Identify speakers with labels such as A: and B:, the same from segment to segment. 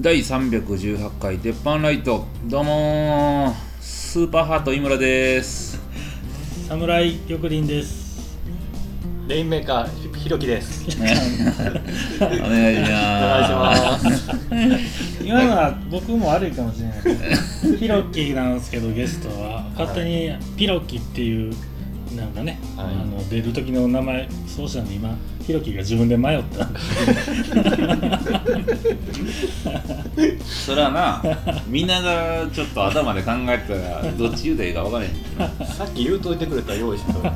A: 第318回鉄板ライトどうもースーパーハート井村です
B: 侍玉林です。
C: レインメーカーひひろきです。
A: ねお願いします
C: お願いし
B: 今のは僕も悪いかもしれないです。ピロッキーなんですけどゲストは勝手にピロッキーっていうなんかね、
C: はい
B: あの出る時の名前そうしたので今ヒロキーが自分で迷った。
A: そらな見ながらちょっと頭で考えてたらどっち言うたらいいか分からへん
C: さっき言うといてくれたら用意してた。はい、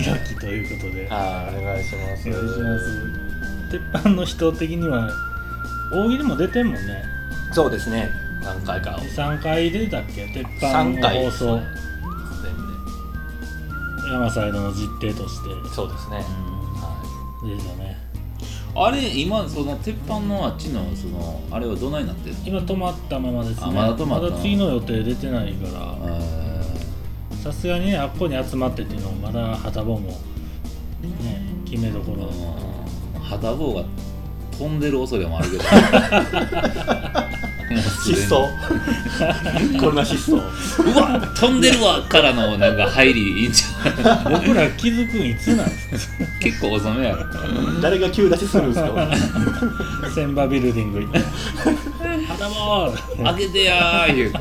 A: は
B: ピロッキーということで。
C: お願いします。
B: お願いします。鉄板の人的には大喜利も出てんもんね。
C: す。そうですね。何回かを全
B: 3回出てたっけ鉄板
C: 三
B: の
C: 回
B: 放送、
C: 部
B: 山サイドの実態として
C: で。そうですね
A: い。
C: は
B: 出てたね。
A: あれ今その鉄板のあっちのそのあれはどないなってんの
B: 今止まったままですね
A: あまだ止まったの
B: 次の予定出てないからさすがにねあっこに集まってっていうのもまだ旗本もね決めどこ
A: こ
B: ろ
A: の肌棒が飛んでる恐れもあるけど
C: い。 失踪。こんな失踪。
A: うわ飛んでるわからのなんか入りいいんちゃう
B: 僕ら気づくんいつなんです
A: 結構遅めやろ
C: 誰が急出しするんで すか。
B: か千葉ビルディング行って「旗本!」
A: 開けてやー言うて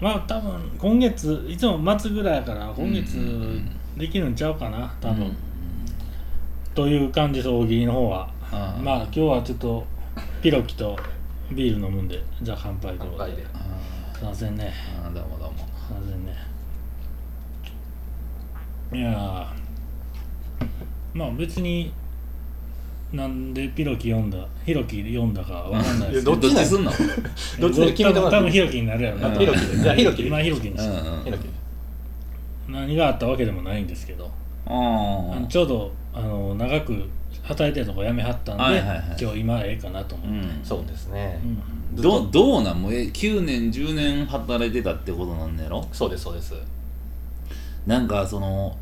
B: まあ多分今月いつも末ぐらいやから今月できるんちゃうかな多分、という感じです大喜利の方は
A: ああ
B: まあ今日はちょっとピロキとビール飲むんでじゃあ乾杯ということ
C: 乾杯で
B: すいませんね
A: あーどうもどうも
B: すいませんねいやーまあ別になんでピロキ読んだヒロキ読んだかわかんないですけ
C: ど
A: ど
B: ど
A: っ
C: っ
A: ち
C: ちなん
A: すんの
C: どっちで決めても
B: 多分多分
C: らってい
B: ヒ
C: い。
B: ロキになるやろ
A: あ
B: な
A: ヒロキ
C: でじゃあヒロキで
B: 今ヒロキに
A: う
B: し
A: んう
B: た
A: ん
C: ひろき。
B: 何があったわけでもないんですけど
A: あ
B: あの
A: ー
B: ちょうどあの長く働いてるとこ辞めはったんで、
A: はいはいはい
B: 今日今ええかなと
A: う
B: 思って、
A: ん
C: そうですね。
B: うん
A: どどうなんもうえ9年10年働いてたってことなんねやろ
C: そうですそうです。
A: なんかその、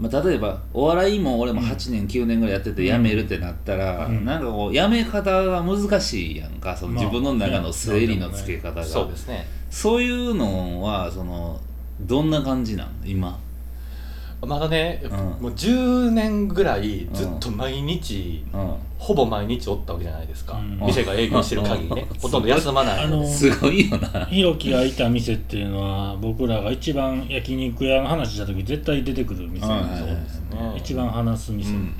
A: まあ、例えばお笑いも俺も8年9年ぐらいやってて辞めるってなったら、
B: うん
A: なんかこう辞め方が難しいやんかその
B: まあ
A: 自分の中の整理のつけ方が、
C: そうですね。
A: そういうのはそのどんな感じなん今
C: まだね、
A: ん
C: もう10年ぐらいずっと毎日、
A: う
C: ほぼ毎日おったわけじゃないですか、
B: うん
C: 店が営業してる限りね、ほとんど休まない
B: あの
A: んすごいよな
B: ひろきがいた店っていうのは僕らが一番焼肉屋の話した時絶対出てくる店なんですよ
A: はいはいはいそう
C: ですね
B: 一番話す
A: うん
B: 店、
A: うん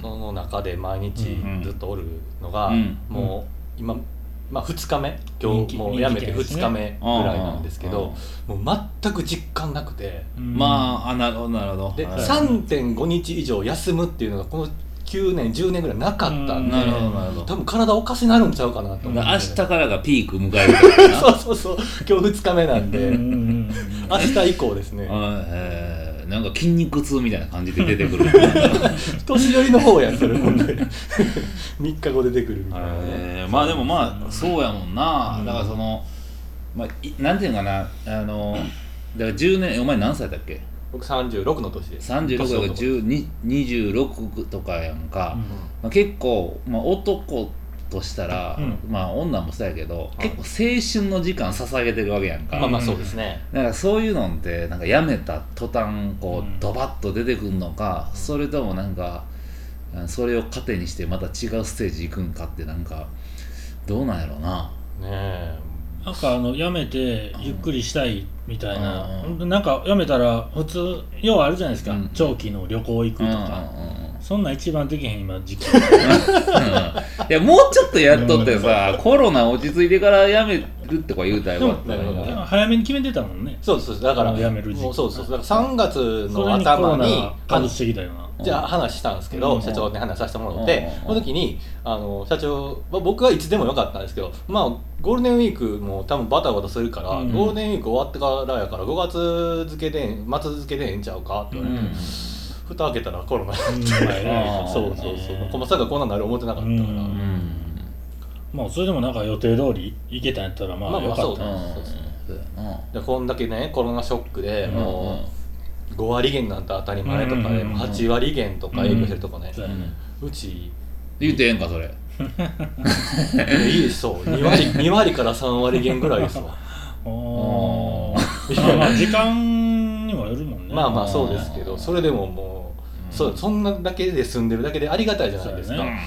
C: その中で毎日
A: うん
C: ずっとおるのが、
A: うん
C: もう今、まあ、2日目
B: 人
C: 今
B: 気
C: 日もうやめて
B: 人気です
C: 2
B: ね
C: 日目ぐらいなんですけど、もう全く実感なくて
B: うん
A: まああなるほどなるほど
C: で、
A: はい
C: 3.5日以上休むっていうのがこの9年10年ぐらいなかったんで、
A: なるほどなるほど
C: 多分体おかしになるんちゃうかなと思
A: だ
C: っ
A: から明
C: て、
A: 日からがピーク迎えるからな
C: そうそうそう今日2日目なん
B: うん
C: で、
B: うんうん
C: 明日以降ですね、
A: はいえーなんか筋肉痛みたいな感じで出てくる
C: 年寄りの方やそれほんで3日後出てくるみたいなね、
A: えーまあでもまあそうやもんな、だからその、まあ、いなんていうのかなあのだから10年お前何歳だっけ
C: 僕36の年です
A: 36
C: 年
A: とか
C: 男
A: 10に26とかやんか、まあ、結構、まあ、男としたら、
B: うん
A: まあ女もそうやけど、結構青春の時間捧げてるわけやんか、
C: まあまあそうですね、
A: だからそういうのってなんかやめた途端こ
B: うん
A: うドバッと出てくるのか、それともなんかあそれを糧にしてまた違うステージ行くんかってなんかどうなんやろうな
C: ねえ
B: なんかあのやめてゆっくりしたいみたいな
A: うん、
B: ほんでなんかやめたら普通要はあるじゃないですか、
A: うん
B: 長期の旅行行くと
A: う
B: か、
A: んうんうんうん
B: そんなん一番できへん今時期
A: いやもうちょっとやっとってさ、コロナ落ち着いてからやめるってこ言うたらよかったのに
C: で
B: でも
A: な
B: 早めに決めてたもんね
C: そうそうだから
B: もうやめる時期
C: もうそうそうだから3月
B: そ
C: の
B: れにコロ
C: 頭に
B: ナ外してきたよな
A: うん
C: じゃあ話したんですけ
A: う
C: ど、
A: ん
C: 社長に話させてもらって、
A: うん
C: その時にあの社長、まあ、僕はいつでもよかったんですけど、まあ、ゴールデンウィークも多分バタバタするから、
B: うん
C: ゴールデンウィーク終わってからやから5月付けで末付けでええんちゃうかって言われて、
B: うん
C: 蓋開けたらコロナ、
B: うん
A: あー
C: そうそうそう、
B: ね
C: まさかこんなんなる思ってなかったから、
B: うん
A: うん
B: まあそれでもなんか予定通り行けたんやったらま
C: ま
B: あ
C: あまあ
B: よかっ
C: そう
B: た
A: うん
C: そうそう
A: そうやな
C: でこんだけねコロナショックで
B: うん
C: も5割減なんて当たり前とか
B: うんうん
C: で
B: うん
C: も8割減とか営業してるとかね
B: そうやね
C: うち
A: 言うてええんかそれ
C: いいですよ2割2割から3割減ぐらいですわ
B: お
C: い
B: ー
C: や
B: まあまあ 時間にもよるもんね
C: まあまあそうですけどそれでももうそうそんなだけで済んでるだけでありがたいじゃないです
B: そ
C: か
B: うやね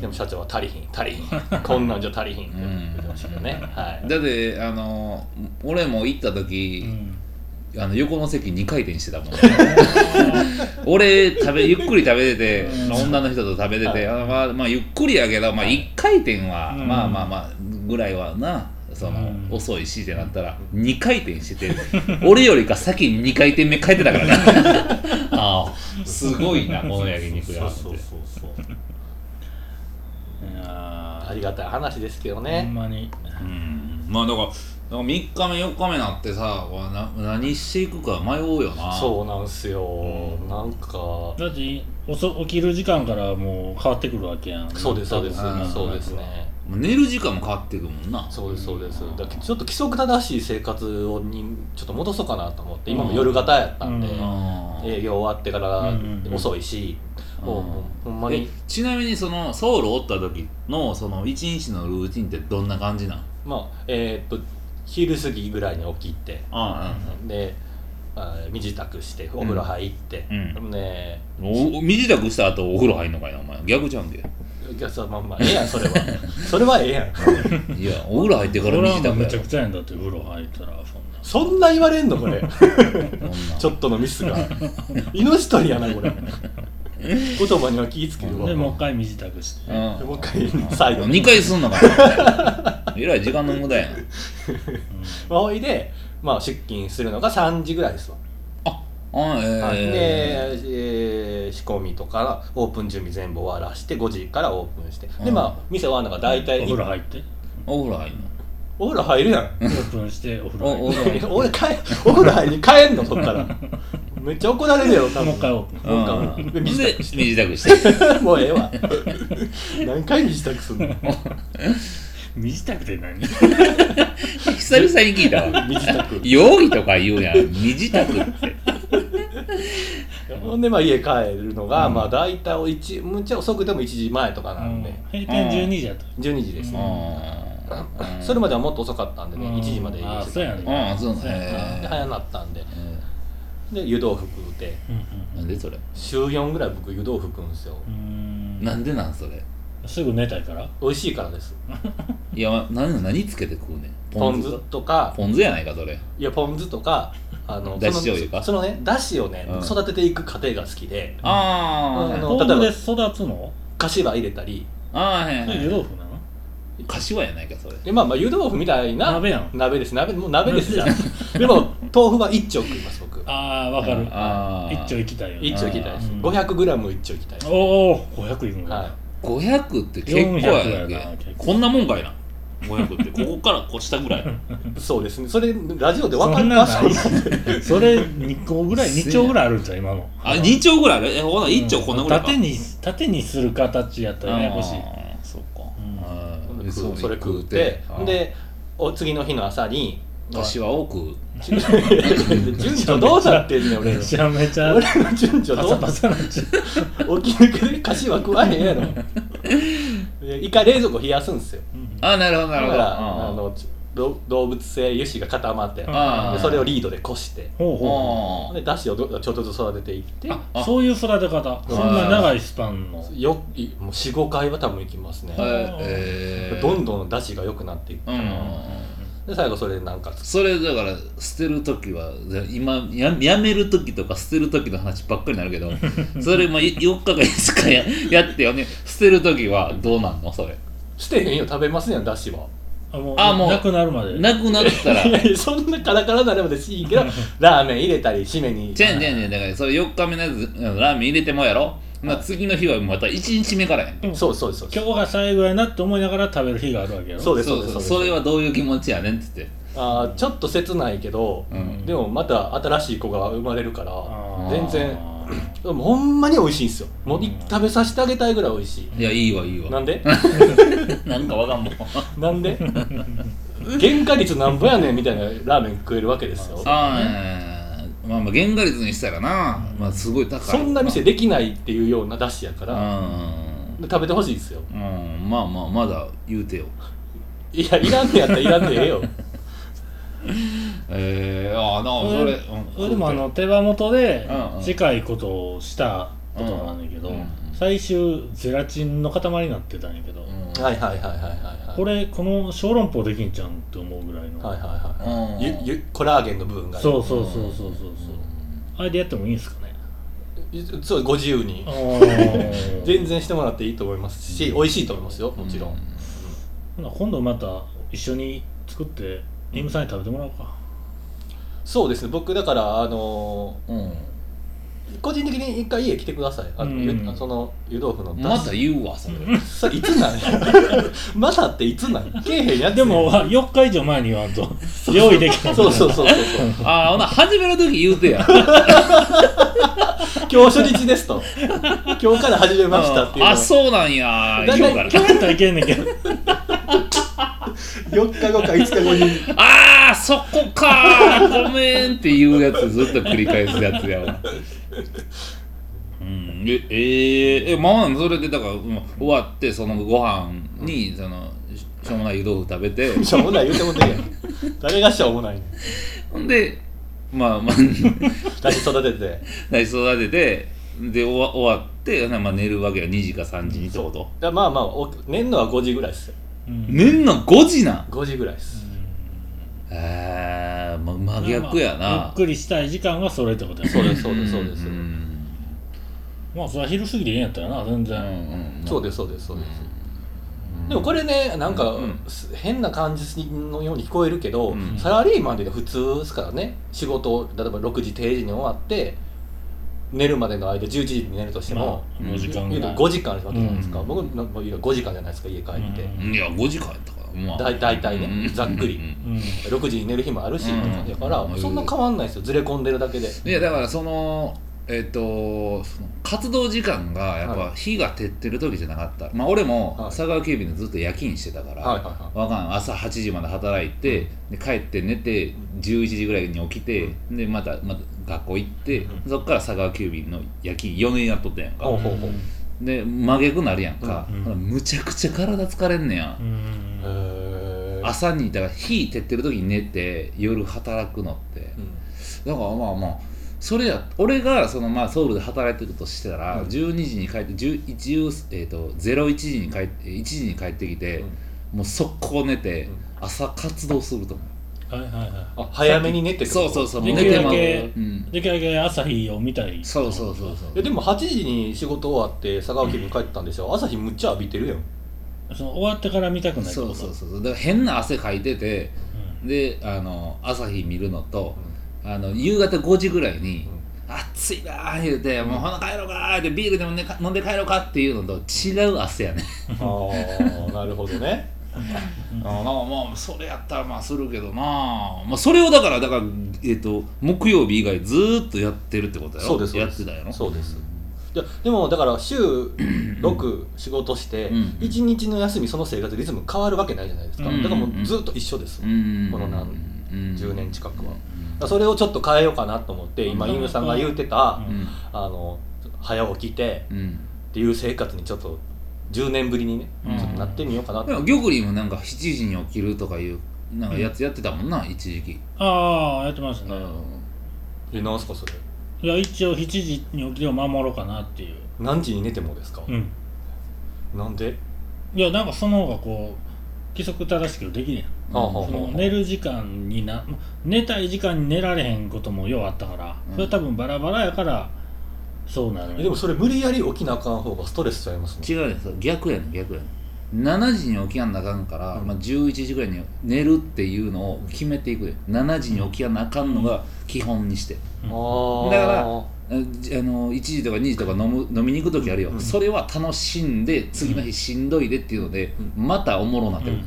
C: でも社長は足りひん足りひんこんなんじゃ足りひんって言ってましたけどねはい
A: だってあの俺も行った時
B: う、ん
A: あの横の席2回転して たもん俺食べゆっくり食べてて
B: うん
A: 女の人と食べてて、
C: は
A: あまあまあ、ゆっくりやけど、まあ、1回転は、
B: うん
A: まあまあまあぐらいはなその、
B: うん
A: 遅いしってなったら2回転してて俺よりか先に2回転目帰ってたからな ああすごいなこの焼肉屋って
C: そうそうそうそう
B: いや
C: ありがたい話ですけ
B: ー
C: ど
B: ほん
C: ね
B: まに
A: うんまあだから3日目4日目なってさな何していくか迷うよな
C: そうなんすよ
A: うん
C: なんか
B: だっておそ起きる時間からもう変わってくるわけやん
C: そうですそうです
A: 多分
C: そうですね
A: 寝る時間も変わっていくもんな
C: そうですそうですだからちょっと規則正しい生活をにちょっと戻そうかなと思って今も夜型やったんで
B: うん
A: あー
C: 営業終わってから
B: うんうん
C: 遅いし
A: うん
C: もうもうほんま
A: え
C: に
A: ちなみにそのソウルおった時のその一日のルーティンってどんな感じなん
C: まあえーっと昼過ぎぐらいに起きて
A: あ
C: であー身支度してお風呂入って
A: う、ん
C: ね
A: お身支度した後お風呂入んのかいなお前逆じゃうんけ
C: お客さんまあまあええやんそれはそれはええやん
A: いやお風呂入ってから
B: 俺
A: 身
B: は
A: 支度
B: もうめ
A: や
B: ちゃ
A: ろ
B: くちゃやんだって風呂入ったらそんな
C: そんな言われんのこれ
A: こんなん
C: ちょっとのミス が命取りやなこれ言葉には気ぃつけるわ
B: で
C: も
B: もう一回身支度して、
A: うん
C: う一回最後に
A: 2回すんのかな えらい時間の無駄やな
C: まあおいで、まあ、出勤するのが3時ぐらいですわ、
A: あ
C: はいで、
A: え
C: えー仕込みとかオープン準備全部終わらして5時からオープンして
A: う
C: で
A: ん
C: まあ店終わるのが大体
B: お風呂入って
A: ーお風呂入んの
C: お風呂入るやん
B: オープンしてお風呂入
A: おお
B: っ
A: 風呂入んの
C: 俺帰お風呂入りに帰んのそっからめっちゃ怒られるよ
B: て
C: 多
B: もう
C: 分
B: 一回オープン
C: うん
A: うん
C: で
A: で
C: 身
A: 身
C: 支
A: 支
C: 度
A: 度して
C: もうええわ何回に支度すんの
B: 身支度って何
A: 久々に聞いたわ
C: 身支度
A: 容疑とか言うやん身支度って
C: ほんでまあ家帰るのが、まあ大体お一むっちゃ遅くても1時前とかなんで、
B: 閉店12時やった
C: 12時ですね、
A: あー
C: それまではもっと遅かったんでね、
B: うん
C: 1時まで営業してたんで
B: あ
A: ああそうなん
B: そうやな
C: で
A: え
C: 早なったんで
A: ー
C: で湯豆腐食うて
B: うん
A: なんでそれ
C: 週4ぐらい僕湯豆腐食うんですよ
B: うん
A: なんでなんそれ
B: すぐ寝たいから
C: 美味しいからです
A: いや何何つけて食うねん
C: ポン酢とか
A: ポン酢やないかそれ
C: いやポン酢とかあ の
A: だし
C: その
A: 醤油か
C: そのねだしをね、
A: うん
C: 育てていく過程が好きで
A: あ
C: あ
A: ー
C: の
B: 豆
C: 例え
B: 腐
C: ば
B: で育つの
C: かしば入れたり
A: あー
B: そ
A: は
B: れ
A: い
B: 湯
A: はい
B: 豆腐なの
A: 柏やないかそれ
C: でまあまあ湯豆腐みたいな
B: 鍋やん
C: 鍋です鍋もう 鍋ですじゃんでも豆腐は1丁食います僕
B: ああわかる
A: あー
B: 一丁行きたいよ
C: 1
B: ね
C: 丁いきたいです
B: うん
C: 500g1 丁いきたいです
B: おお500いくんだ、
C: は
A: 500って結構や
B: 400や
A: ね
B: な
A: ん
B: 結
A: け
B: 構
A: こんなもんかいな500ってここからこう下ぐらい
C: いそうですねそれラジオで
B: そ
C: 分か
B: ん
C: る
B: なん
C: か
B: ない それ2個ぐらい2丁ぐらいあるんじゃう今の
A: あ2丁ぐらいあるえほな1丁こんなぐらいか
B: 縦に縦にする形やったらややこしい
A: あーそうか
B: うん
A: あー
C: そ
A: そう
C: それ食うて
A: あー
C: でお次の日の朝に
A: 柏は多く
C: 順序どうなってんねん 俺
B: めちゃめちゃ
C: 俺の順序
B: パ
C: ど
B: サ
C: う
B: パ
C: なっ
B: サなっちゃう
C: 起き抜けで菓子は食わへん やろで一回冷蔵庫冷やすんですよ
A: あーなるほど
C: だ
A: な
C: か
A: るほど
C: らあのど動物性油脂が固まって
A: あー
C: でそれをリードでこして
B: ほうほ
A: あー
C: でだしをどちょっとずつ育てていって
B: うそういう育て方そんな長いスパンの
C: よいもう45回は多分いきますね、
A: えー
C: どんどんだしが良くなっていく、
A: うん
C: で最後それでなんか
A: それだから捨てる時は今ややめる時とか捨てる時の話ばっかりになるけ どそれも4日か5日ややってよね捨てる時はどうなんのそれ
C: 捨てへんよ食べますやんだしは
B: あもう
A: あもう
B: なくなるまで
A: なくなった ら
C: いやいやそんなカラカラになればでしいいけどラーメン入れたり締めに
A: チェンチェンチェンだからそれ4日目のやつうんラーメン入れてもやろな次の日はまた1日目からやん
C: そうそうそう
B: 今日が最後やなって思いながら食べる日があるわけやろ
C: そうです
A: そう
C: です
A: そう
C: です
A: それはどういう気持ちやねんって言って
C: あーちょっと切ないけど、
A: うん
C: でもまた新しい子が生まれるから
B: あー
C: 全然でもほんまに美味しいんですよもうい
B: うん
C: 食べさせてあげたいぐらい美味しい
A: いやいいわいいわ
C: なんで
A: なんかわかんもん
C: なんで原価率なんぼやねんみたいなラーメン食えるわけですよ
A: ああまあまあ原価率にしたらな、まあすごい高い
C: そんな店
A: で
C: できないっていうような出汁やから、で食べてほしいですよ
A: うん、うん、まあまあまだ言うてよ
C: いやいらんねやったらいらんでええよ
A: えー、ああなあそれ、うん、
B: 俺もあの手羽元で
A: うんうん
B: 近いことをしたことがあるんだけど、
A: うんうん
B: 最終ゼラチンの塊になってたんやけ
A: う
B: ど、
A: ん
C: はいはいはいはいはいはい
B: これこの小籠包できんちゃうんって思うぐらいの、
C: はいはいはい、
A: うん
C: ゆゆコラーゲンの部分がね
B: そうそうそうそうそうそう、あれでやってもいいんですかね
C: うんそうご自由に
B: あー
C: 全然してもらっていいと思いますし、美味しいと思いますよもちろん、
B: ほな今度また一緒に作ってリムさんに食べてもらおうか
C: そうですね僕だからあの
A: うん、
C: ー個人的に一回家来てくださいあの、
B: うん
C: ゆその湯豆腐の
A: ま
C: だ
A: た
C: し
A: 言うわそれ
C: それいつなん まだっていつなんけえへんやつ
B: でも4日以上前に言わんと用意できない
C: そうそうそうそう
A: ああほな始める時言うてや
C: 今日初日ですと今日から始めましたっていうのを
A: あそうなんや
C: だいたい
A: 言うから
B: 今日やったらいけんねんけど
C: 4日後か5日後に
A: ああそこかーごめんっていうやつずっと繰り返すやつやわうんええー、えまあそれでだからうん終わってそのご飯にそのししょうもない湯豆腐食べて
C: しょうもない言うてもてんやん誰がしょうもないねん
A: ほんでまあまあ
C: 誰育てて
A: 大事育ててで終わ終わって、まあ、寝るわけよ2時か3時にってこと
C: いやまあまあお寝んのは5時ぐらいですよ
B: うん
A: 寝んの5時なん
C: 5時ぐらいです
A: えー、ま、真逆や
B: まあまあゆ
A: な
B: っくりしたい時間はそれってことや
C: そうですそうですそうです、
A: ん
B: まあそれは昼過ぎでいいんやったらな全
A: うん
B: 然、
A: うん
C: そうですそうですそうです、でもこれねなんか、
A: うん
C: す変な感じのように聞こえるけど、
A: うん
C: サラリーマンで普通ですからね仕事を例えば6時定時に終わって寝るまでの間11時に寝るとして
B: ま
C: も、
B: あ5時間ぐ
C: 言う
B: らい
C: と5時間あるわけじゃないですか、
A: うん
C: 僕なんか言うと5時間じゃないですか家帰って、
B: うん
A: いや5時間やったからまあ
C: だい大体ね、
A: うん
C: ざっくり、
A: うん
B: うん
C: 6時に寝る日もあるし
A: うん
C: とかだから、
A: うん
C: そんな変わんないですよずれ込んでるだけで
A: いやだからそのえっ、とその活動時間がやっぱ
C: は
A: 日が照ってる時じゃなかった、まあ俺も
C: はい
A: 佐川急便でずっと夜勤してたから、
C: はいはいはい
A: わかんない朝8時まで働いて、で帰って寝て11時ぐらいに起きて、でまたまた学校行って、
C: う
A: そっから佐川急便の夜勤4年やっとったやんか、
C: ほうほうほう
A: で真逆なるやんか、
B: うんうん
A: ほなむちゃくちゃ体疲れんねや
B: う、ん
C: へー
A: 朝にだから日照ってる時に寝て夜働くのって、
C: うん
A: だからまあまあそれや俺がそのまあソウルで働いてるとしたら、
C: うん
A: 12時に帰って11、えー、と01時に帰って1時に帰ってきて、もう速攻寝て、
C: うん
A: 朝活動すると思う
B: はいはいは
C: あ早めに寝て
A: そうそうそう
B: で
A: もう
B: き
A: 寝て
B: るだ
A: まう、
B: け
A: うん
B: い、できるだけ朝日を見たい
A: そうそうそうそう
C: いやでも8時に仕事終わって佐川急便帰ってたんでしょ朝日むっちゃ浴びてるやん
B: その終わってから見たくないってこ
A: そ
B: と
A: うそうそうそうだから変な汗かいてて
B: う
A: であの朝日見るのと、あの夕方5時ぐらいに、暑いなー言うて、もうほな帰ろうかーってビールでも、ね、飲んで帰ろうかっていうのと違う汗やね
C: あ あなるほどね
A: あーまあまあそれやったらまあするけどな、まあ、それをだからだから、えっと木曜日以外ずーっとやってるってことやろ
C: そうですそう
A: やっ
C: で
A: て
C: す
A: たやろ
C: そうですいやでもだから週6仕事して
A: うん
C: 1日の休みその生活リズム変わるわけないじゃないですか
B: うん
C: だからもうずっと一緒です
A: う
C: だか
A: ん
C: このなん10
A: 10
C: 年近くはらそれをちょっと変えようかなと思って今
B: うん
C: 犬さんが言うてた
A: うん
C: あの早起きて
A: うん
C: っていう生活にちょっと10年ぶりにね
A: うん
C: ちょっとなってみようかな
A: でも
C: と
A: ギョクリンもなんか7時に起きるとかいうなんかやつやってたもんな、一時期
B: ああやってました
A: う
B: ね、
A: ん
C: えなんすかそれ
B: いや一応7時に起きてを守ろうかなっていう
C: 何時に寝てもですか
B: うん
C: なんで
B: いやなんかその方がこう規則正しくできね
C: ああああ
B: えその
C: ああ
B: 寝る時間にな寝たい時間に寝られへんこともようあったから
A: うん
B: それは多分バラバラやからそうなるんや
C: えでもそれ無理やり起きなあかん方がストレスちゃいますね
A: 違うねんそう逆やねん逆やねん7時に起きやんなあかんから、
C: うん
A: まあ、11時ぐらいに寝るっていうのを決めていくで7時に起きやんなあかんのが基本にして、
B: うん
C: ああ
A: だからあじあの1時とか2時とか飲む飲みに行く時あるよ、
C: うん
A: それは楽しんで次の日しんどいでっていうので、またおもろなってる、
B: うん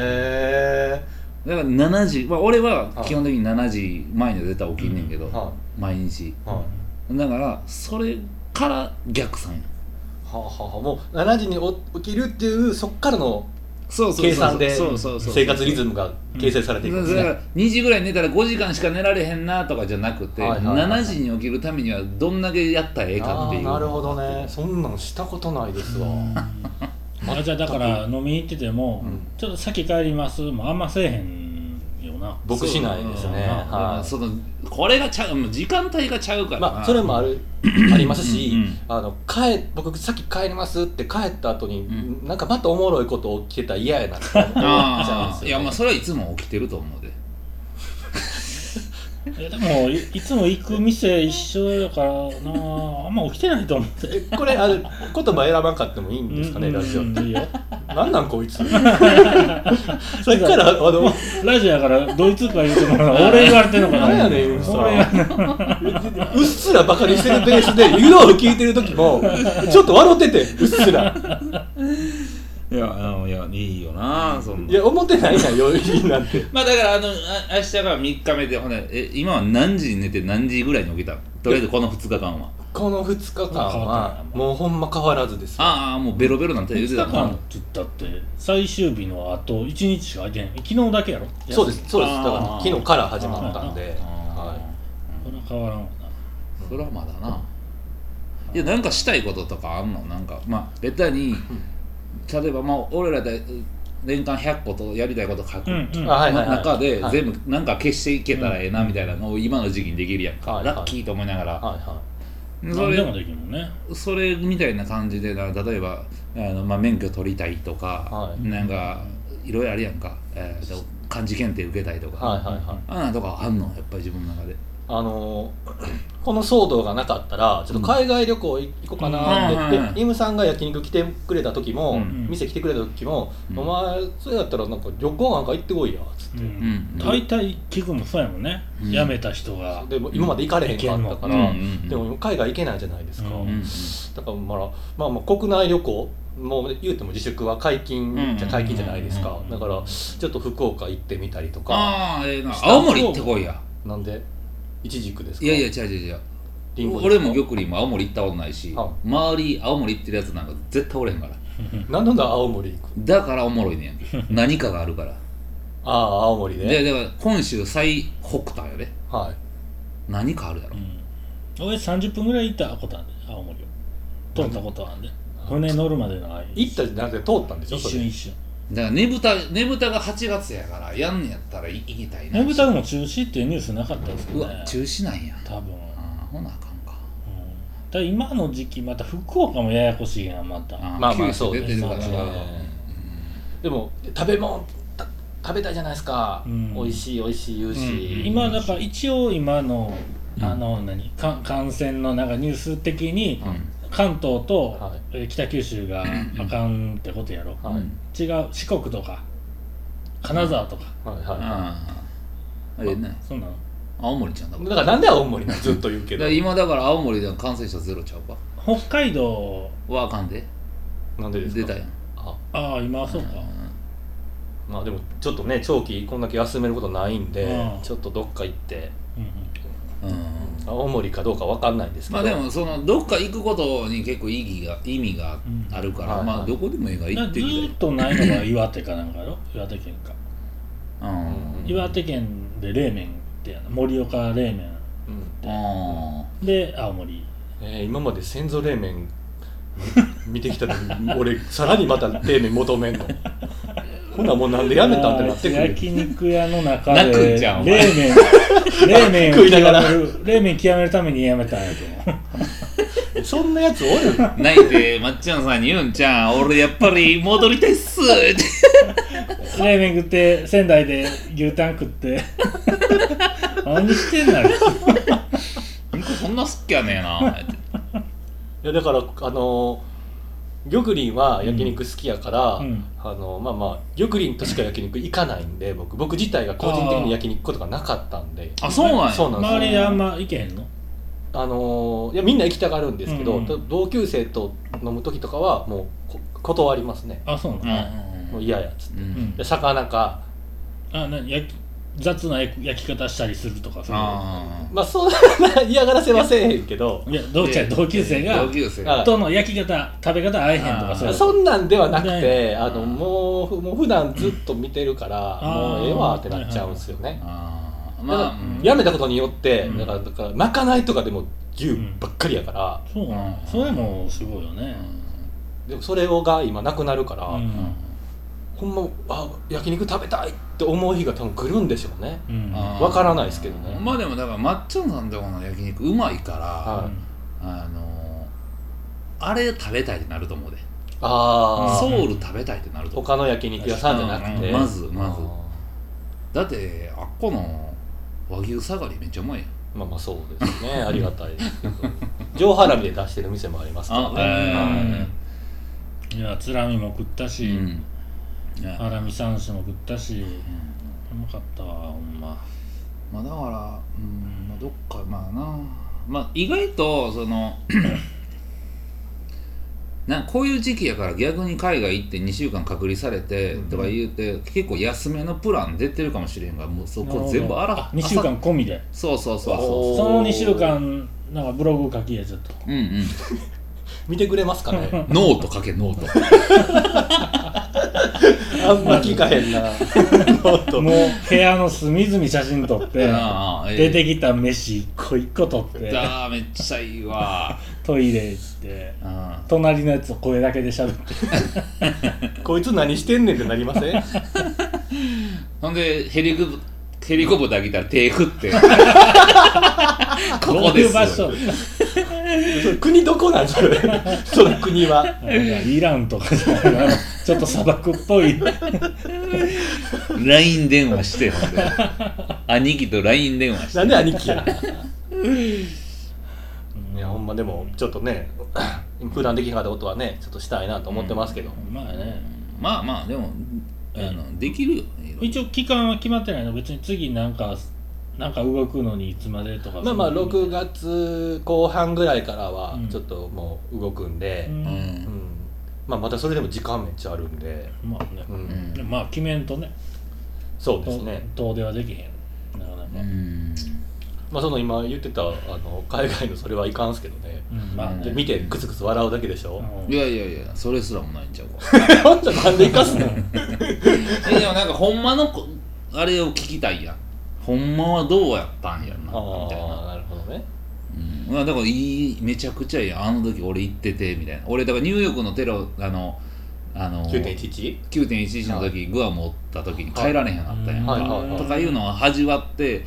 C: へ
A: だから7時、まあ、俺は
C: はい
A: 基本的に7時前には絶対起きんねんけど、
C: えは
A: 毎日
C: いはい
A: だからそれから逆算や
C: はあはあはあもう7時にお起きるっていうそっからの
A: そうそうそう
C: 計算で
A: そうそうそう
C: 生活リズムが形成されていくんです
A: だか
C: ね。
A: ら2時ぐらいに寝たら5時間しか寝られへんなとかじゃなくて、
C: はいはいはいはい
A: 7時に起きるためにはどんだけやったらええか
C: あ
A: ってい
C: ー
A: う
C: なるほどねそんなんしたことないですわ。
B: あじゃあだから飲みに行ってても、
C: うん
B: ちょっと先帰りますもあんませえへんよな
C: 僕しないです
B: そ
C: ね。
B: ううん
A: まあ
C: はい
A: そのこれがちゃうもう時間帯がちゃうからな
C: まあ、それもあるありますし
A: うんうん
C: あの帰僕さっき帰りますって帰った後に、
A: う
C: なんかまたおもろいこと起きてたら嫌やなって思っちゃうん
A: あ
C: で
A: あ
C: す
A: い
C: よ、
A: や
C: ね
A: まあそれはいつも起きてると思うで
B: いやでもいいつも行く店一緒だからなあんま起きてないと思って
C: えこれあの言葉選ばんかってもいいんですかね、
B: うん
C: ラジオって
B: うんいいよ
C: なんなんこいつさっきからあの
B: ラジオやからドイツか言うても らう俺言われてんのかな
C: 何やねんそ
B: 俺
C: れ
B: やねん
C: うっすらバカにしてるベースで湯道を聞いてる時もちょっと笑っててうっすら
A: いやあのいやいいよなその
C: いや思ってないやん余韻なんて
A: まあだからあのあ明日が3日目でほんでえ今は何時に寝て何時ぐらいに起きたのとりあえずこの2日間は
C: この2日間はもうほんま変わらずですよ
A: ああもうベロベロなんて言うてた
B: 2日間っ
A: な
B: て言ったって最終日のあと1日しか空いてない昨日だけやろ
C: そうですそうです
A: あ
C: だ
A: ー
C: から昨日から始まったんで、
A: あ
C: は
B: それは変わらんわな
A: ーそれはまだないやなんかしたいこととかあんのなんかまあベタに例えばまあ俺らで年間100個とやりたいこと書く、
B: うんうん
C: い、あはいはいはい
A: 中で
C: はい
A: 全部なんか消していけたらええなみたいなのを今の時期にできるやんか、
C: はいはい
A: ラッキーと思いながら、
C: はいは
A: そ
B: 何でも
A: れ
B: できるもんね
A: それみたいな感じでな例えばあの、まあ、免許取りたいとか、
C: はい
A: なんかいろいろあるやんか、えーと漢字検定受けたいとか、
C: はいはいはい
A: あんなんとかあんのやっぱり自分の中で
C: あの ーこの騒動がなかったらちょっと海外旅行行こうかなって、
A: うん
C: ででイムさんが焼肉来てくれた時も、
A: うん
C: 店来てくれた時も、
A: うん
C: お前それやったらなんか旅行なんか行ってこいやつっ
B: う
C: て、
B: ん
A: うん
B: 大体聞くもそうやもんね
A: うん
B: 辞めた人が
C: でも今まで行かれへんかったから、
A: うんうんうん
C: でも今海外行けないじゃないですか、
B: うん
A: うん
C: だからまあ、まあ、まあ国内旅行もう言うても自粛は解禁じゃ解禁じゃないです
A: うん
C: か
A: うんうん
C: だからちょっと福岡行ってみたりとか
A: ああええな青森行ってこいや
C: なんで一軸ですか
A: いやいや違う違う違う
C: リンゴです
A: 俺
C: か
A: も玉林も青森行ったことないし
C: は
A: 周り青森行ってるやつなんか絶対おれへんから
C: なんでなんだ青森行く
A: だからおもろいねん何かがあるから
C: ああ青森で
A: でだから本州最北端やで
C: はい
A: 何かあるやろ
B: うん俺30分ぐらい行ったことあるんで青森を通ったことあるんで船乗るまでの間
C: 行ったじゃなくて通ったんでしょ
B: 一
C: そ
B: 瞬
C: れ
B: 一瞬
A: だからねぶたねぶたが8月やからやんねやったらい行きたいな
B: ねぶたでも中止っていうニュースなかったですけ
A: う
B: ど
A: わ
B: ね
A: 中止なんや
B: 多分、うん、だか
A: ああほなあかんから
B: 今の時期また福岡もややこしいやんまた
A: あ
C: まあまあ
A: 九州
C: そう
A: 出
C: です
A: てるから
B: そう
A: な
C: ですねでも食べ物た食べたいじゃないですか、
B: うん
C: 美味しい美味しい言うし、
A: うん
B: 今だから一応今の
A: うん
B: あの何か感染のなんかニュース的に
A: うん
B: 関東と
C: はい
B: えー北九州があかんってことやろ
C: はい
B: 違う四国とか金沢とか
C: はいは
A: ああええね
B: そんなの
A: 青森ちゃんだも
C: い
A: ん
C: だからなんで青森なのずっと言うけ
A: だか
C: ど
A: ら今だから青森では感染者ゼロちゃうか
B: 北海道
A: はあかんで
C: なんでですか
A: 出たやん
C: あ
B: ああ今はそうか
C: まあでもちょっとね長期こんだけ休めることないんで、
B: うん
C: ちょっとどっか行って
B: うんう
A: う
B: ん
A: ん
C: 青森かどうかわかんないんですけ
A: ま
C: ど、
A: あでもそのどっか行くことに結構意義が意味があるから、
C: うん
A: ま
C: は
A: あ
C: いはい
A: どこでもいいから行
B: だから
A: っ
B: ず
A: てき
B: ーっとないのが岩手かなんかやろ岩手県か
A: たらうん
C: うん
B: 岩手県で冷麺ってやな盛岡冷麺
C: うん
A: あ
B: で青森
C: えー今まで先祖冷麺見てきたのに 俺さらにまた冷麺求めんのほなもうなんでやめたんってなってくる
B: 焼肉屋の中
A: 泣くん
B: で
A: じゃんお
B: 冷
A: 前
B: 麺冷 麺を
C: 食い
B: 極
C: なが
B: め
C: ら
B: る冷麺極めるためにやめたんやと思
C: そんなやつおる
A: あ泣いてまっちゃんさんに言うんちゃん俺やっぱり戻りたいっすって
B: う冷麺食って仙台で牛タン食って何してんのよ
A: なんかそんな好きやねえなって
C: いやだからあの玉林は焼肉好きやから、
B: うん
C: あのまあまあ玉林としか焼肉行かないんで僕僕自体が個人的に焼肉行くことがなかったんで
A: あそうなんや
C: そうなんですよ
B: 周りであんま行けへんの
C: あのーいやみんな行きたがるんですけど、
B: うんうん
C: 同級生と飲む時とかはもうこ断りますね
B: あそうな
A: うん
B: の、
C: もう嫌やっつって
A: うん
B: うん
C: で魚か
B: あな焼き雑な焼き方したりするとかさ
A: あ
C: まあそんな 嫌がらせはせえへんけど
B: いや同期
A: で
B: 同級生が
A: 同級生
C: あ
B: との焼き方食べ方合えへんと
A: あ
B: か
A: ー
B: そういう
C: そんなんではなく
B: ね
C: てあのもうふもう普段ずっと見てるから
B: あー
C: もうええわってなっちゃうんですよね
A: あー
C: だから
A: まあうん
C: やめたことによって
B: うん
C: だからだからまかないとかでも牛ばっかりやから
B: そうなんそれもすごいよね
C: でもそれをが今なくなるから、
B: うん
C: ほんまあ焼肉食べたいって思う日が多分来るんでしょうね
B: うん
A: あー
C: わからないですけどね
A: まあでもだからまっちゃんさんとこの焼肉うまいから、
C: は
A: あのーあれ食べたいってなると思うで
C: ああ
A: ソウル食べたいってなると思う
C: 他の焼肉屋さんじゃなくて、
A: うんまずまず
C: あ
A: だってあっこの和牛下がりめっちゃうまいやん
C: ーまあまあそうですね ありがたいですけど上ハラミで出してる店もありますからね
A: え
B: いやつらみも食った
A: え
B: し、
A: うんね
B: ハラミ三種も食ったしうまかったわほんま
A: まあだからうん、まあ、どっかまあなまあ意外とその なんかこういう時期やから逆に海外行って2週間隔離されて
C: うん
A: とか言うて、結構安めのプラン出てるかもしれんがもうそこ全部あら
B: 2週間込みで
A: そうそうそうそ
C: おー
B: その2週間なんかブログ書きやちょっと
A: ううんうん
C: 見てくれます かね
A: ノートかけノート
C: あんま聞かへ んな
B: もう部屋の隅々写真撮っ て
A: ああええ
B: 出てきた飯一個一個撮って
A: だーめっちゃいいわ
B: トイレ行って
A: うん
B: 隣のやつを声だけで喋って
C: こいつ何してんねんってなりません
A: ほんでヘリコプヘリコプター来たら手振って ここです
B: どういう場所
C: それ国どこなんそれ その国は
B: なんかイランとかじゃないなちょっと砂漠っぽい
A: LINE 電話してほんで兄貴と LINE 電話して
C: なんで兄貴やいやほんまでもちょっとね 普段できなかったことはねちょっとしたいなと思ってますけど、
B: まあね
A: まあまあでもあのできるよね
B: 一応期間は決まってないの別に次なんかなんか動くのにいつまでとか
C: まあまあ
B: その
C: 6月後半ぐらいからは
B: うん
C: ちょっともう動くんで、
B: う
C: うん
B: ん、
A: う
C: うん
A: ん
C: まあ、またそれでも時間めっちゃあるんで、
B: まあね
C: う、、
A: うんん
B: でまあ決めんとね
C: そうですね、
B: 遠出はできへんなかなか、
A: うん
C: まあ、その今言ってたあの海外のそれはいかんすけどね、
B: うんまあね
C: で見てクスクス笑うだけでしょ、
A: いやいやいやそれすらもないんちゃうか
C: ほんとなんでいかす の
A: えでもなんかほんまのこあれを聞きたいやんほんまはどうやったんやろなみたいな
C: ああなるほどね
A: うん、まあだからいいめちゃくちゃいいあの時俺行っててみたいな俺だからニューヨークのテロあのあの
C: 9.11
A: 9.11の時グアムおった時に帰られへんかったやんか、
C: はいはいはい
A: とかいうのを味わって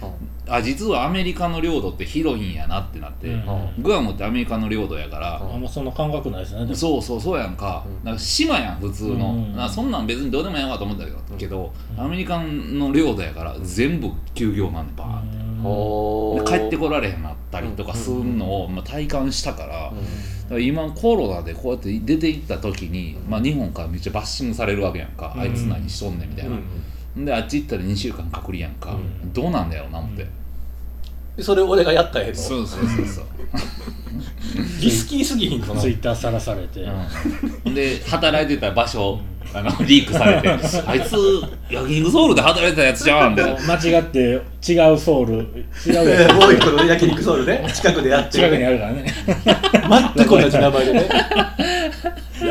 A: あ実はアメリカの領土って広いんやなってなって、
B: うん
A: グアムってアメリカの領土やから、
B: あんまそんな感覚ないですねでも
A: そうそうそうやんか,、
C: うん
A: なんか島やん普通の、
B: うん
A: なそんなん別にどうでもええわと思ったけど,、
C: うん
A: けど
B: うん
A: アメリカの領土やから全部休業なんでバーンって。
B: うん
C: お
A: で帰って
C: こ
A: こられへんなったりとかするのを、まあ、体感したから,、
C: うん
A: 今コロナでこうやって出て行った時に、まあ、日本からめっちゃバッシングされるわけやんか、
B: うん
A: あいつ何しとんねんみたいな、であっち行ったら2週間隔離やんか、
B: うん
A: どうなんだよな思って、
B: うん
C: でそれ俺がやったらええの
A: そうそうそうそう、
C: リスキーすぎひんかな
B: ツイッターさらされて、
A: うん、で働いてた場所あのリークされてあいつ焼肉ソウルで働いてたやつじゃんみたいな
B: 間違って違うソウル違う
C: え
B: や
C: ーもう一個の焼肉ソウルね近くでやっ
B: つ
C: て
B: 近
C: る
B: くにあるからね
C: 全く同じ名前でね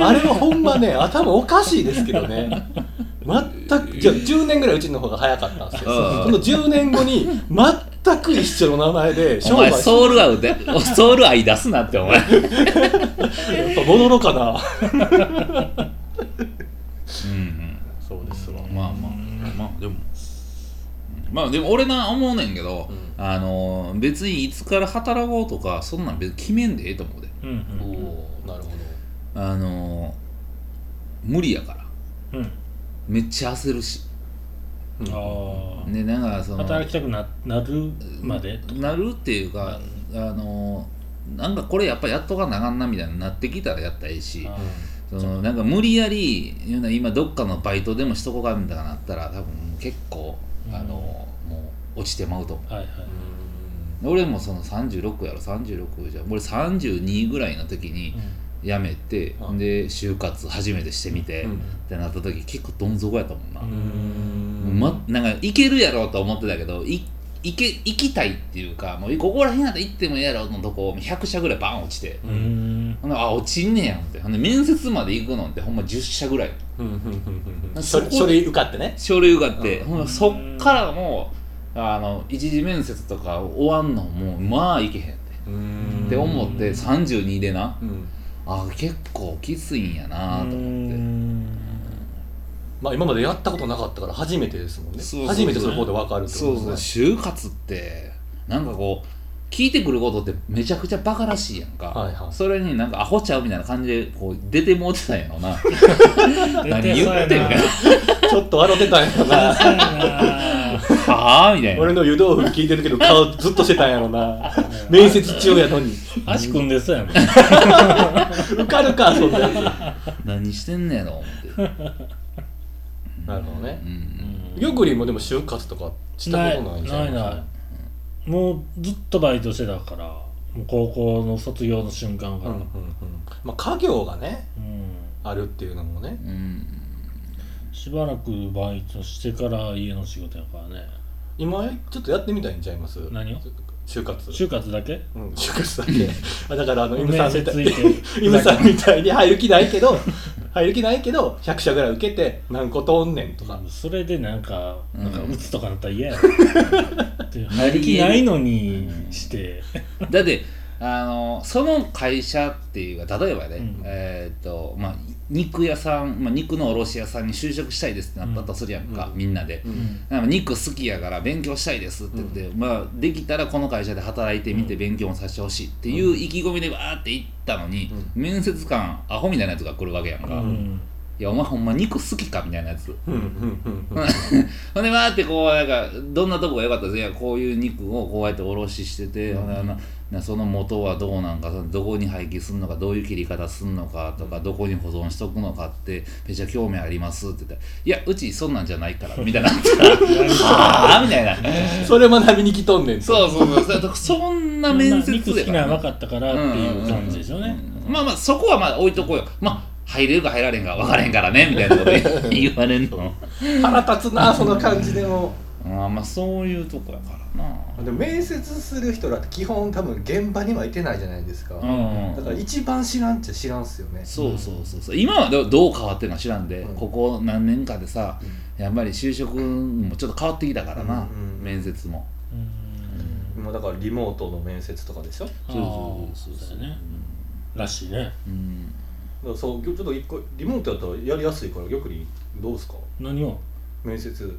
C: あれはほんまね頭おかしいですけどね全くじゃあ10年ぐらいうちの方が早かったんですよ
A: うん
C: その10年後に全く一緒の名前で
A: お
C: 商売
A: 前
C: して
A: ソウル愛でソウル愛出すなってお前
C: やっぱ戻ろうかな
A: うん
C: そうですわ
A: うんまあまあまあでもまあでも俺な思うねんけど、
C: うん
A: あの別にいつから働こうとかそんなん別に決めんでええと思うで
B: うん
C: おおなるほど
A: あの無理やから
B: うんうん
A: めっちゃ焦るし
C: うん
B: あ
A: ねなんかそ
B: あ
A: の
B: 働きたくななるまで
A: なるっていうか、あのなんかこれやっぱやっとかなあかんなみたいになってきたらやったらええし
B: あ
A: そのなんか無理やり言うな今どっかのバイトでもしとこうかみたいななったら多分もう結構
B: うん
A: あのもう落ちてまうと思
B: はいはい、
A: う俺もその36やろ36じゃ俺32ぐらいの時に辞めて、
C: うん
A: で就活初めてしてみて、
C: うん
A: ってなった時結構どん底やったもんな、
B: う
C: うんん
A: ま、なんか行けるやろうと思ってたけどい行け行きたいっていうかもうここら辺やったら行ってもいいやろうのとこ100社ぐらいバン落ちて、
B: うーん
A: ほんであ落ちんねやんってほんで面接まで行くのってほんま10社ぐらい
C: うんうんうんうん
A: そ
C: そ
A: こ
C: れ書類受かってね
A: 書類があって、
C: うん
A: ほんでそっからもうあの一次面接とか終わんのもうまあ行けへんって
C: うん
A: って思って
B: うん
A: 32でな
C: うん
A: あ結構きついんやなと思って。
C: まあ今までやったことなかったから初めてですもんね
A: そうそうそう
C: 初めてそのこと分かるって
A: そう
C: こと
A: そう
C: ですね
A: 就活ってなんかこう聞いてくることってめちゃくちゃバカらしいやんか、
C: はいはい
A: それになんかアホちゃうみたいな感じでこう出てもうてたんやろな何言ってん の
B: 出そう
C: ちょっと笑ってたんやろ
B: やな
C: な
B: そうや
A: はあみたい
C: 俺
A: な
C: の湯豆腐聞いてるけど顔ずっとしてたんやろな面接中やのに
B: な足組んでそうやもん
C: 受かるかそんなやつ
A: 何してんねやろ思って、
C: なるほどね
A: うん、
C: よくりもでも就活とかしたことないんじゃ
B: ないないないもうずっとバイトしてたからもう高校の卒業の瞬間
C: う
B: から、
C: んうんうんまあ家業がね
B: うん
C: あるっていうのもね
A: うん
B: しばらくバイトしてから家の仕事やからね
C: 今ちょっとやってみたいんちゃいます
B: 何を
C: 就活
B: 就活だけ
C: うん、就活だけあだからあのイムさ
B: 面
C: んみた
B: 接
C: い
B: 行って
C: イムさんみたいに入る気ないけど入る気ないけど100社ぐらい受けて何個とんねんとか
B: それでなんか、
A: うん
B: なんか打つとかなったら嫌 や
A: なりき
B: き
A: れる
B: ないのにして、
A: だってあのその会社っていうか例えばね、
B: うん
A: えーっとまあ肉屋さん、まあ、肉の卸屋さんに就職したいですってなったとするやんか、
C: うん
A: みんなで、
C: うん
A: なんか肉好きやから勉強したいですって言って、まあ、できたらこの会社で働いてみて勉強もさせてほしいっていう意気込みでバーって行ったのに、
C: う
A: 面接官アホみたいなやつが来るわけやんか、
B: う
C: うんん
A: いやお前ほんま肉好きかみたいなやつ
C: うんうんうんうん
A: ほんでわーってこうなんかどんなとこが良かったですいやこういう肉をこうやっておろししてて、ほんであのなその元はどうなんかどこに廃棄するのかどういう切り方するのかとかどこに保存しとくのかってめちゃ興味ありますって言ったら「いやうちそんなんじゃないから」みたいな「はあ?」みたいな。
C: それ学びに来とんねんと
A: そうそうそうそう。そんな面接
B: 肉好
A: で
B: きなの分かったからっていう感じでしょうね、
A: まあまあそこはまあ置いとこうよ。まあ入れるか入られんか分からへんからねみたいなことで 言われんの。
C: 腹立つなその感じでも
A: まあまあそういうとこやからな。
C: でも面接する人らって基本多分現場にはいてないじゃないですか、
A: うん
C: だから一番知らんっちゃ知らんっすよね
A: そうそうそうそう今はどどう変わってるか知らんで、
C: うん
A: ここ何年かでさやっぱり就職もちょっと変わってきたからな、
C: うんうん
A: 面接も
B: うん
C: もうだからリモートの面接とかでしょだか
A: そうそうそうそう
B: あーだよねらしいね
A: うん
C: らそうちょっと一個リモートやったらやりやすいから逆にどうすか
B: 何を
C: 面接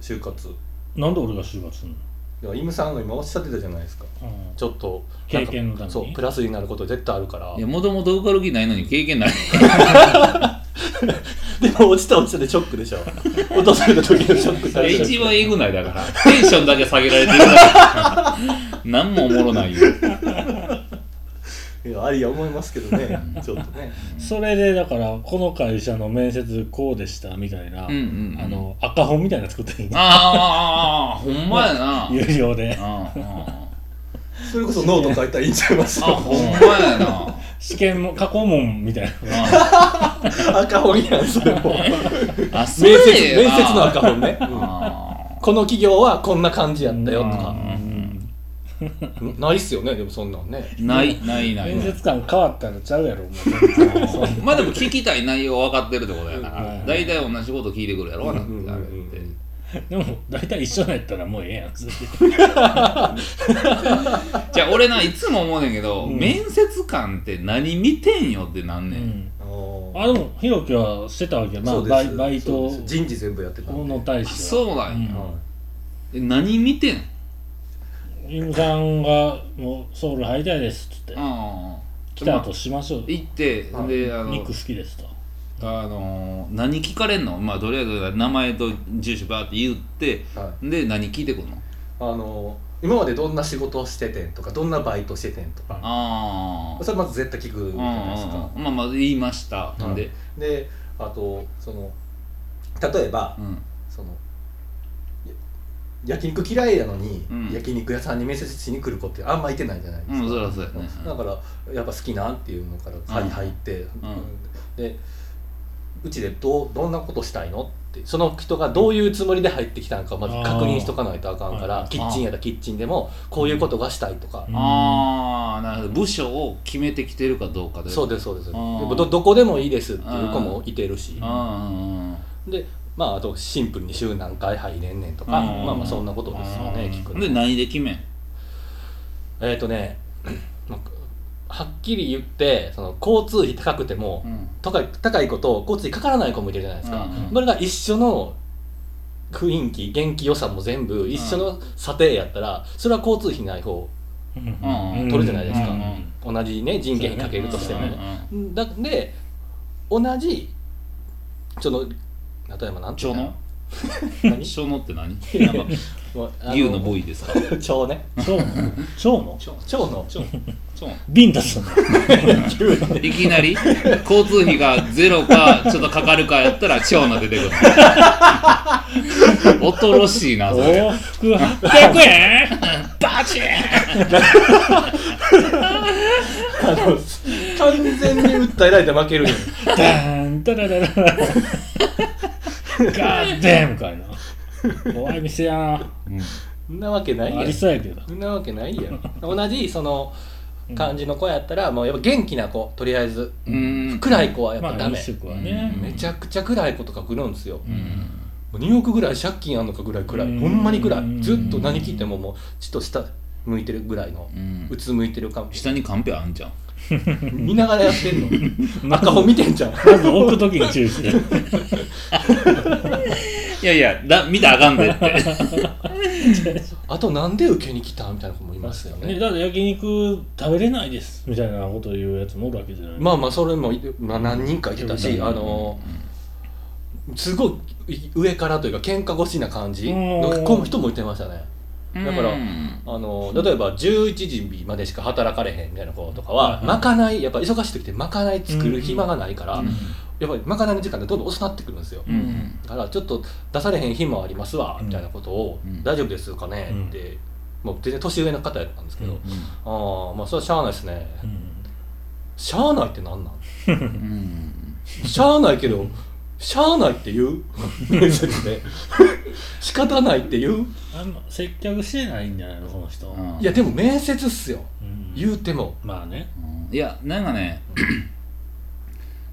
C: 就活
B: なんで俺が就活するの
C: だからイムさんが今おっしゃってたじゃないですか
B: うん
C: ちょっと
B: 経験のために
C: そうプラスになること絶対あるから
A: いやもともと受かる気ないのに経験ない
C: でも落ちた落ちたでショックで しょ落とされた時のショック
A: それ一
C: 番
A: 番えぐないだからテンションだけ下げられてるだ け何もおもろないよ
C: いやありや思いますけどねちょっとね
B: それでだからこの会社の面接こうでしたみたいな、
A: うんうんうん
B: あの赤本みたいなの作っていいの
A: あーあーあーあーほんまやな
B: 有料で
A: あーあ
C: それこそノート書いたらいいんちゃいます
A: ーあほんまやな
B: 試験も過去問みたいな
A: あ
C: 赤本やんそれも
A: ーあそ
C: 面接
A: れや
C: 面
A: な
C: 接の赤本ね、うん
A: あ
C: この企業はこんな感じやったよと
A: う
C: か、
B: ん
C: んないっすよねでもそんなんね
A: ーないないない
B: 面接官変わったらちゃうやろもう全然 そんな
A: まあでも聞きたい内容は分かってるってことやな
B: うんうん
A: 大体同じこと聞いてくるやろなん
C: うん
A: て
C: うんう
A: あれっ
C: ん
A: て
B: でも大体一緒なんやったらもうええやんそれで
A: じゃあ俺ないつも思うねんけど、
B: うん
A: 面接官って何見てんよってなんねん、
C: あー
B: あでもひろきはしてたわけや、ま
C: そ
B: あ、
C: う
B: バ
C: です
B: イバイ
C: そ
B: ト
C: うです人事全部やってたんで
B: の大
A: あ
B: 使は
A: そうなんや、
C: は
A: え何見てん
B: イムさんが「もうソウル入りたいです」っつって
A: あ
B: 「来たとしましょう」
A: 行って、
C: はい
A: であ
B: 肉
A: の
B: 好きですと。
A: あの何聞かれんのまあとりあえず名前と住所バーって言って
C: い、はい
A: で何聞いてくんの
C: あの今までどんな仕事をしててんとかどんなバイトしててんとか
A: ああ
C: それまず絶対聞くじ
A: う
C: ゃ
A: ん
C: ないですか、
A: うんうんまあまあ言いました、
C: い
A: んで、
C: であとその例えば、
A: うん、
C: そのや焼肉嫌いやのに、
A: うん
C: 焼肉屋さんに面接しに来る子ってあんまいてないじゃないです
A: う
C: か、
A: んそりゃそうやね
C: だからやっぱ好きなんっていうのから入入って、
A: ん
C: でうちでどうどんなことしたいのっってその人がどういうつもりで入ってきたのかをまず確認しとかないとあかんか
B: あ
C: ら
B: ー
C: キッチンやったらキッチンでもこういうことがしたいとか
B: うん
A: ああなるほど部署を決めてきてるかどうかで
C: そう
A: で
C: ですそうです
A: あ
C: で
A: ー
C: もどどこでもいいですっていう子もいてるし
A: うんうんうん
C: でまああとシンプルに週何回入れんねんとか
A: あ
B: ー
C: まあまあそんなことですよね
B: あー
C: 聞く
A: で
C: の
A: 何で決めん
C: えっとねまあはっきり言ってその交通費高くても
A: うん
C: 高い高い子と交通費かからない子もいてるじゃないですか
A: うんうん
C: それが一緒の雰囲気元気良さも全部一緒の査定やったらそれは交通費ない方
B: うん
C: 取るじゃないですか
B: うん
C: 同じね人件費かけるとしても
A: うんうん
C: ね
A: うん
C: だで同じその例えばなんてい
A: 蝶
C: うかな
A: 野
C: 何
A: 蝶野って何
C: なんかもうあ
A: 牛の部位ですか
C: 蝶ね
B: そうなのそうなの
C: 蝶蝶の
A: 蝶蝶野
B: 瓶出すの
C: 牛ね
A: いきなり交通費がゼロかちょっとかかるかやったら蝶野出 てくる恐ろしいなそれ
B: 往復800円バチー
C: あの完全に訴えられて負けるよ
B: ンダーンタララララガーデンみたいな怖い店やな
A: うん
C: そんなわけない
B: あ
C: やん
B: りそうやけど
C: そんなわけないやん同じその感じの子やったらもうやっぱ元気な子とりあえず
A: うん
C: 暗い子はやっ
B: ま
C: ぱ
B: あ
C: ダ
B: 飲
C: メ、
B: 食はね
A: うん
C: めちゃくちゃ暗い子とか来るんですよ、
A: うん
C: もう2億ぐらい借金あんのかぐらい暗
B: う
C: い
B: ん
C: ほんまに暗いずっと何聞いてももうちょっと下向いてるぐらいの
A: うん
C: うつむいてるかも
A: 下にカンペあんじゃん
C: 見ながらやってんの赤本見てんじゃん
B: まず置くときに注意して
A: いやいやだ見たらあかんでって
C: あとなんで受けに来たみたいな子もいますよね
B: ねだって焼肉食べれないですみたいなことを言うやつもおるわけじゃない
C: まあまあそれも、まあ、何人かいてたし、
B: うん
C: あのすごい上からというか喧嘩腰な感じの子も人もいてましたねだから
A: うん
C: あの例えば11時までしか働かれへんみたいな子とかは、
B: うん
C: まかないやっぱ忙しい時ってまかない作る暇がないから、
B: うん
C: やっぱりまかないの時間でどんどん遅なってくるんですよ、
A: うん
C: だからちょっと出されへん日もありますわ、
B: うん
C: みたいなことを、
A: うん
C: 大丈夫ですかね、
B: うん
C: ってもう全然年上の方やったんですけ
B: う
C: ど、
B: ん
C: ああまあそれはしゃあないですね、
B: うん
C: しゃあないってなんなん
A: うん
C: しゃあないけどしゃあないって言 う面接で仕方ないって言う
B: あんま接客してないんじゃないのその人、
A: うん
C: いやでも面接っすよ
B: うん
C: 言うても
B: まあ ね
A: いやなんかね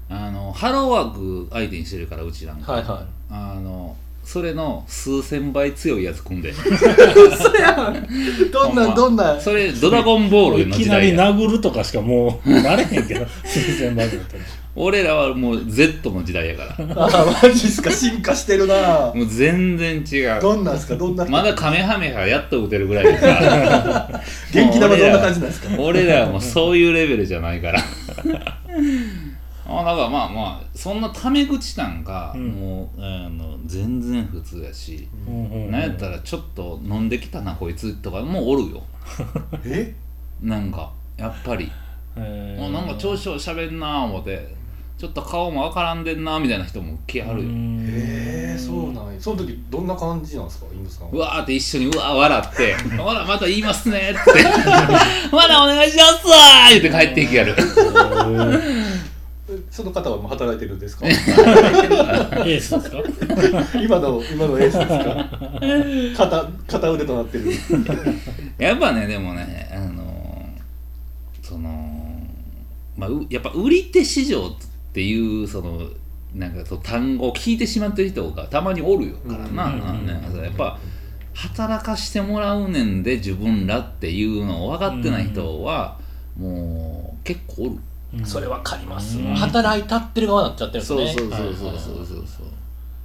A: あのハローワーク相手にしてるからうちなんか、
C: はいは
A: あのそれの数千倍強いやつ組んで
C: い嘘やんどん
A: ほん
C: な
A: ま
C: んどんなん
A: それドラゴンボールの
B: いき
A: 時
B: な
A: 代
B: り
A: や
B: 殴るとかしかもうなれへんけ ど新鮮バズだったら
A: 俺らはもう Z の時代やか
C: あーマジっすか進化してるな
A: らもう全然違う
C: どんなんすかどんな
A: まだカメハメハやっと打てるぐらいだから
C: 元気玉どんな感じなんですか
A: 俺らはもうそういうレベルじゃないから あだからまあまあそんなタメ口なんか、
B: うん
A: もうあの全然普通やし、
B: うんうんうん
A: なんやったらちょっと飲んできたなこいつとかもうおるよ
C: え
A: なんかやっぱり、
B: えー
A: もうなんか調子をしゃべんな思ってちょっと顔もわからんでんなみたいな人も来はるよ、う
B: うん
C: えー、そうなんやその時どんな感じなんですかインドさんは
A: わーって一緒にうわー笑 って「ほらまた言いますね」って 「まだお願いしますわー」言って帰っていきやる
C: えその方はもう働いてるんです か
B: エースですか
C: 今の今のエースです か片片腕となってる
A: やっぱねでもねあのーそのまあうやっぱ売り手市場っていうそのなんかそう単語を聞いてしまってる人がたまにおるよからな,、
B: うんうんうん
A: なんかやっぱ働かしてもらうねんで自分らっていうのを分かってない人は、もう結構おる、
C: それわかります
B: うん
C: 働いたってる側になっちゃってるんです
A: そう
C: ね
A: そうそう
B: は
A: そ
B: いうはい
A: そうそうそう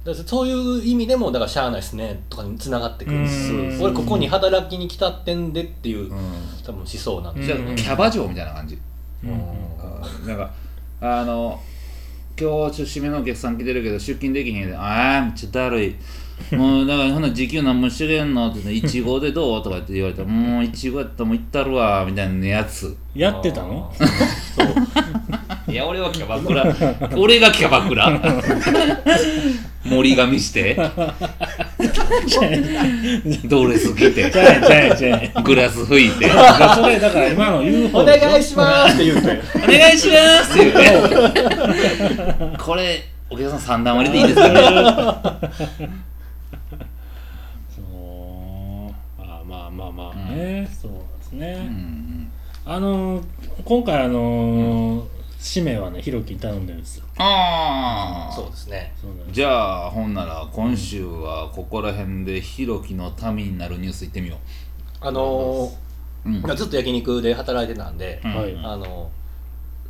C: だからそういう意味でもだからしゃあないですねとかに繋がってくるんです
B: うん
C: 俺ここに働きに来たってんでっていう、
A: う
C: 多分思想なんで
A: ん、
C: す
A: じゃ
C: よ
A: あ
B: うん
A: キャバ嬢みたいな感じ
B: うんうん
A: なんかあの今日ちょっと締めのお客さん来てるけど出勤できへんで「ああめっちゃだるい」もうだからほな時給なんもしてくれんのって言って「いちごでどう?」とかって言われたら「もういちごやったらもう行ったるわ」みたいなやつ
B: やってた の
C: あーそう
A: いや俺はキャバクラ俺がキャバクラ森紙してドレス着て
B: じゃあじゃあじゃあ
A: グラス拭いて
B: だからそれだから今の UFO
C: お願いしますって言うて
A: お願いしますって言うてこれお客さん三段割りでいいですかね
B: そうあまあまあまあ
A: うん
B: ね、そうです
A: う
B: ね、
A: ん
B: あのー今回あのー使命はねヒロキに頼んでるんですよ
A: ああ
C: そうですね
B: そうなんです
A: じゃあほんなら今週はここら辺でひろきの民になるニュースいってみよ
C: あの
A: う、うん
C: ーずっと焼肉で働いてたんで、
B: はい
A: うん
C: あの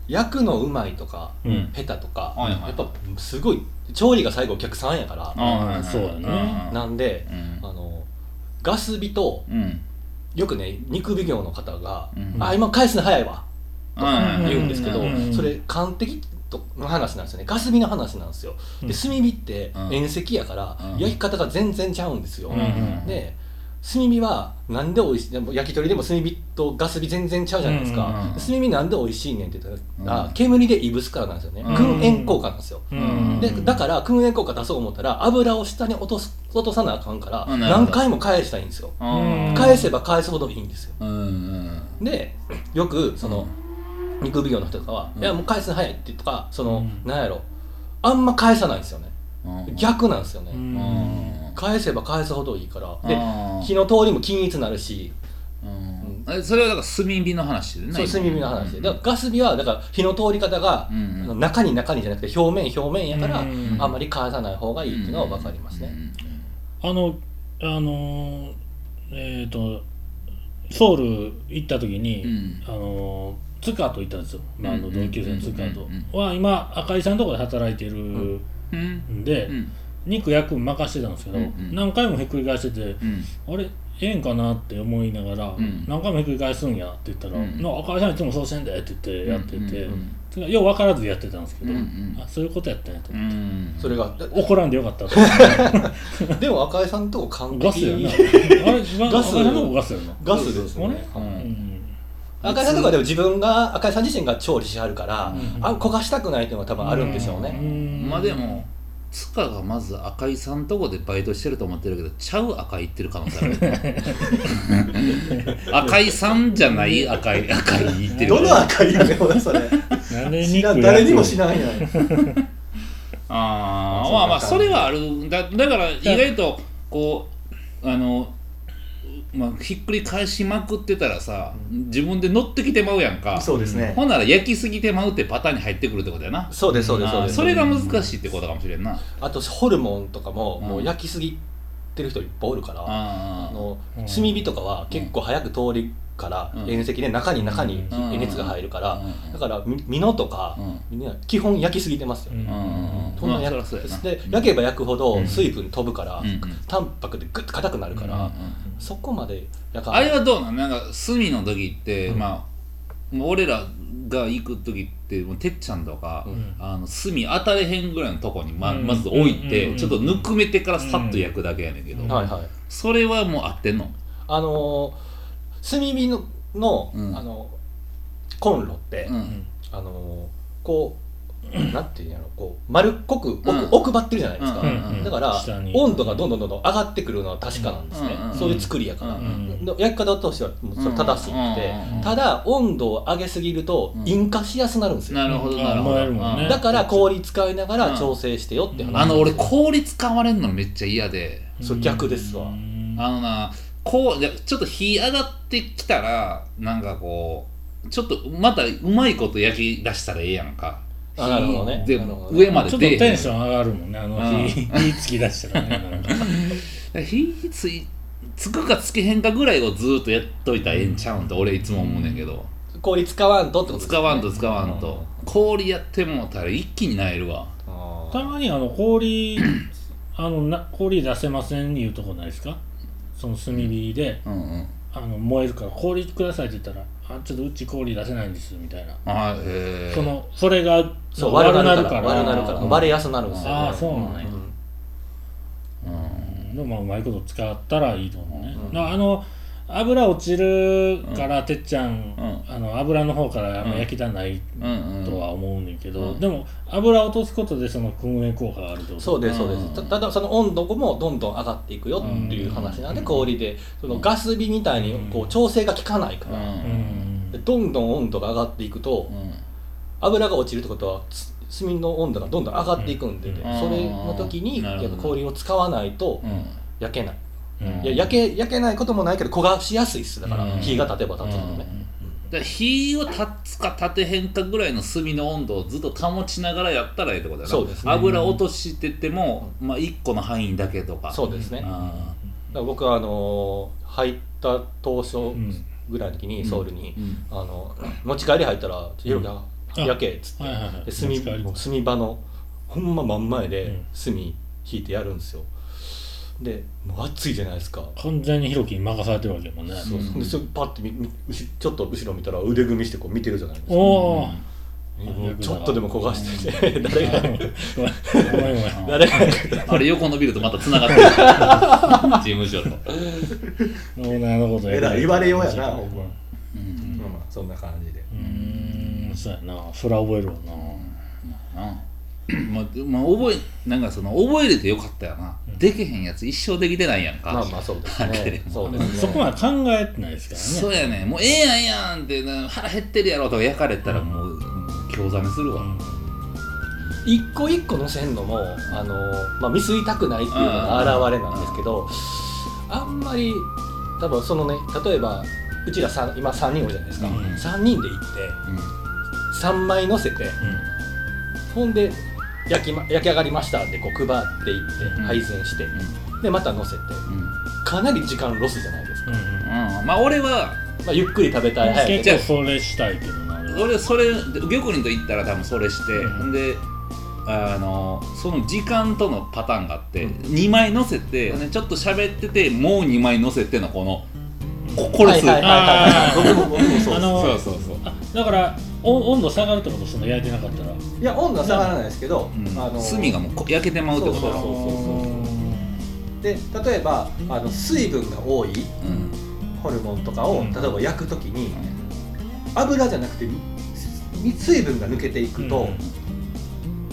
C: 焼くのうまいとか、
B: うん
C: 下手とか、
A: はいはい
C: やっぱすごい調理が最後お客さんやから、
A: ああ
B: そうやね
C: なんで、あのガス火と
A: うんうん
C: よくね肉奉行の方が「
A: うん
C: あ今返すの早いわ」
A: うん
C: 言うんですけど、
A: うん
B: うん
C: それ完璧の話なんですよねガス火の話なんですよ
B: う
C: で
B: ん
C: 炭火って
A: うん
C: 遠赤やから、
A: うん
C: 焼き方が全然ちゃうんですよ、
B: うんうん
C: で炭火はなんで美味しいでも焼き鳥でも炭火とガス火全然ちゃうじゃないですか、
B: うん
A: うんうん
C: 炭火なんで美味しいねんって言ったら、
A: うん
C: あ煙でいぶすからなんですよね、
A: うん
C: 燻煙効果なんですよ、
A: うん
C: でだから燻煙効果出そう思ったら油を下に落とす落とさなあかんから、
A: うんなるほど
C: 何回も返したいんですよ、
A: うん
C: 返せば返すほどいいんですよ
A: うんうん
C: でよくその、肉奉行の人とかは「
A: うん
C: いやもう返すの早い」ってとかその、
B: うん
C: なんやろあんま返さないんですよね
A: うん
C: 逆なんですよね、
B: う
A: うん
B: ん
C: 返せば返すほどいいから
A: うん
C: で火の通りも均一になるし
A: うんえそれはだから炭火の話でね
C: そう炭火の話で、
A: うん
C: だからガス火はだから火の通り方が
A: う、んうん
C: 中に中にじゃなくて表面表面やから、
B: うん
C: あんまり返さない方がいいっていうのは分かりますね、
B: あのあのーえっ、とソウル行った時に、
A: うんうん
B: あのツカと行ったんですよ、まあ、あ
A: う
B: の
A: んうんうん
B: 同級生のツカと
A: うんうん
B: は今赤井さんのところで働いてるん
A: うんうん
B: で、
A: うん
B: 肉焼くん任してたんですけど、
A: うんうん
B: 何回もひっくり返してて、
A: うん
B: あれええんかなって思いながら、
A: ん
B: 何回もひっくり返すんやって言ったら
A: う
B: 「
A: ん
B: な赤井さんいつもそうしてんだよ」って言ってやってて、
A: うんうん
B: それがよう分からずやってたんですけど、
A: うんうん
B: あそういうことやったんやと
A: う
B: 思って、
A: ん
C: それがだ
B: 怒らんでよかったと
C: でも赤井さんとこ完
B: ガス
C: 璧
B: やな
C: に
B: あれガ
C: ガ
B: ガ
C: ス
B: ス赤井さんの方がガスやな
C: ガスですよね、
A: う
B: うんん
C: 赤井さんとかでも自分が赤井さん自身が調理しはるから、
B: うん
C: あ焦がしたくないっていうのが多分あるんでしょうね、
B: ん
A: まあでも塚がまず赤井さんとこでバイトしてると思ってるけどちゃう赤井行ってる可能性ある赤井さんじゃない赤井赤井行ってる
C: どの赤いよね俺そ れ
B: なんで
C: 知
B: 肉
C: ら
B: 焼く
C: ん誰にも知らんやん
A: あ
C: あ
A: あまあまあ
C: そ
A: そ
C: んな感じ
A: れはあるだだから意外とこうあの、まあ、ひっくり返しまくってたらさ自分で乗ってきてまうやんか
C: そうですね
A: ほんなら焼きすぎてまうってパターンに入ってくるってことやな
C: そうですそうですそう
A: あー
C: です
A: それが難しいってことかもしれんな
C: あとホルモンとかも
A: うん
C: もう焼きすぎてる人いっぱいおるから、
A: あ
C: あ
A: ー
C: の
B: うん
C: 炭火とかは結構早く通りから
A: うん
C: 遠赤で中に中に
A: うん
C: 熱が入るから、
A: うん
C: だからみ美濃とか
A: う、ん
C: ね基本焼きすぎてますよ、
B: うん
A: うん
C: そんな
A: まあ
C: 焼
A: そりゃそうやな
C: で
A: うん
C: 焼けば焼くほ
B: う
C: ど
B: ん
C: 水分飛ぶから、
A: うんうん
C: タンパクでグッと硬くなるから、
A: うんうん
C: そこまで焼か
A: あれ
C: は
A: はどうなんなんか隅の時って、
B: うん
A: まあもう俺らが行く時ってもうてっちゃんとか、
B: うん
A: あの隅当たれへんぐらいのとこにま,、
B: うん
A: まず置いて、
B: うん
A: ちょっとぬくめてからさっと焼くだけやねんけど、
B: うん
C: はいはい
A: それはもう合ってんの
C: あのー炭火のの,、
A: うん
C: あのコンロって、
A: うん、
C: あのーこう なんていうんやろこう丸っこく奥,、
A: うん
C: 奥張ってるじゃないですか、
A: うんうん
C: だから
B: 下に
C: 温度がどんどんどんどん上がってくるのは確かなんですね、
A: うんうん
C: そういう作りやから、
A: うん
C: で焼き方としてはもうそれ正しくて、
A: うん
C: ただ温度を上げすぎると
A: うん
C: 引火しやすくなるんですよ、
A: なるほど
B: うん
A: なるほ
B: 燃
A: ど、
B: えるもんね
C: だから氷使いながら調整してよって話、
B: うん
A: あの俺氷使われんのめっちゃ嫌で、
C: それ逆ですわ
B: うん
A: あのなこういやちょっと火上がってきたらなんかこうちょっとまたうまいこと焼き出したらええやんか
C: あなるほどね
A: で
C: なるほどね
A: 上まで
B: ちょっと
A: 出えへん
B: テンション上がるもんねあの
A: うん
B: 火 火つき出したらねなんか
A: 火ついつくかつけへんかぐらいをずーっとやっといたらええんちゃうんって俺いつも思うねんけど、
C: 氷使わんとってことです
A: 使
C: よね
A: わんと使わんと、氷やってもうたら一気になえるわ
C: あ
B: た
C: ー
B: まにあの氷 あのな氷出せませんいうとこないですかその炭火で
A: うんうん
B: あの燃えるから氷くださいって言ったら「あちょっとうち氷出せないんです」みたいな
A: あーへえ
B: そのそれが
C: そう
B: 悪
C: 悪なるから
A: 悪
C: 悪なるから
A: うん
C: 割れやすくなるんですよ、
B: ああそうなんや、
C: うん
A: うん
B: でもまあうまいこと使ったらいいと思うね、
C: うん
B: だからあの油落ちるから、てっちゃん、
A: う
B: あの油の方からあんま焼きたない
A: うんうん
B: とは思うねんけど、
A: うん
B: でも油落とすことでその燻煙効果があるってこと
C: そうですそうで
A: うん
C: すたただその温度もどんどん上がっていくよっていう話なんで氷でそのガス火みたいにこう調整が効かないか
A: うん
C: ら
B: うん
C: でどんどん温度が上がっていくと
A: うん
C: 油が落ちるってことはつ炭の温度がどんどん上がっていくんで、
B: うん
A: うん
C: それの時に
A: なるほど
C: やっぱ氷を使わないと
A: うん
C: 焼けな
A: う
C: い、
A: ん
C: いや焼け焼けないこともないけど焦がしやすいっすだから、
A: うん
C: 火が立てば立つのね、
A: だから火を立つか立てへんかぐらいの炭の温度をずっと保ちながらやったらええってことやな
C: そうですね
A: 油落としてても、まあ、1個の範囲だけとか
C: そうですね、だか
A: あ
C: ら僕はあのー入った当初
B: うん
C: ぐらいの時にソウルに、
A: ーうん
C: あの持ち帰り入ったら「ひろきあ
B: あ
C: 焼け」っつって、
B: はいはいはい
C: で
B: 持ち帰り
C: 炭炭場のほんま真ん前
B: う
C: で
B: ん
C: 炭引いてやるんですよでもう暑いじゃないですか、
B: 完全にヒロキに任されてるわけやもんね
C: そうそう
A: うん
C: でそれパッてみみうしちょっと後ろ見たら腕組みしてこう見てるじゃないですか
B: おお
C: もうちょっとでも焦がしてて誰
B: ごめ
C: が
B: んごめんご
A: うん
C: 誰が
A: あれ横伸びるとまたつながってる事務所と、
B: めんオーナーのこと
C: えらい言われようやなほんま
A: うん
C: まあまあそんな感じで
B: うーんそうやなそら覚えるわな
A: なまあ、まあ、覚えなんかその覚えれてよかったよな、できへんやつ一生できてないやんか、
C: まあまあそうですねそうですね
B: そこまで考えてないですからね
A: そうやねもうええやんええやんってな腹減ってるやろとか焼かれたらもう、もう興ざめするわ、
C: 一個一個のせんのもあの、まあ、ミスりたくないっていうのが表れなんですけどあんまり多分そのね例えばうちらさん今3人おるじゃないですか、
B: うん
C: 三3人で行って
A: うん
C: 3枚乗せてほんで焼き,、ま、焼き上がりましたってこう配っていって
A: うん
C: 配膳して、でまた乗せて
A: うんうん
C: かなり時間ロスじゃないですか、
B: うんうんうん
A: うんまあ俺は
C: まあ、ゆっくり食べたい早く
B: 結構それしたいけどな俺は
A: 俺それ玉林と行ったら多分それして、
B: うん
A: ん、であのその時間とのパターンがあって、
C: うん
A: 二2枚乗せて、ねちょっと喋っててもう2枚乗せてのこのここれする、
C: はいはいはいはい僕も僕もそう
B: あ
C: で
B: の
A: そうそうそう
B: あだからお温度下がるってことその焼いてなかったら
C: すいや温度は下がらないですけど、
A: うん
C: あの
A: 炭がもうこ焼けてまうってことだ
C: そうそう
B: う
C: で例えばあの水分が多い
A: うん
C: ホルモンとかを、
B: うん
C: 例えば焼くときに油じゃなくてみ水分が抜けていくと、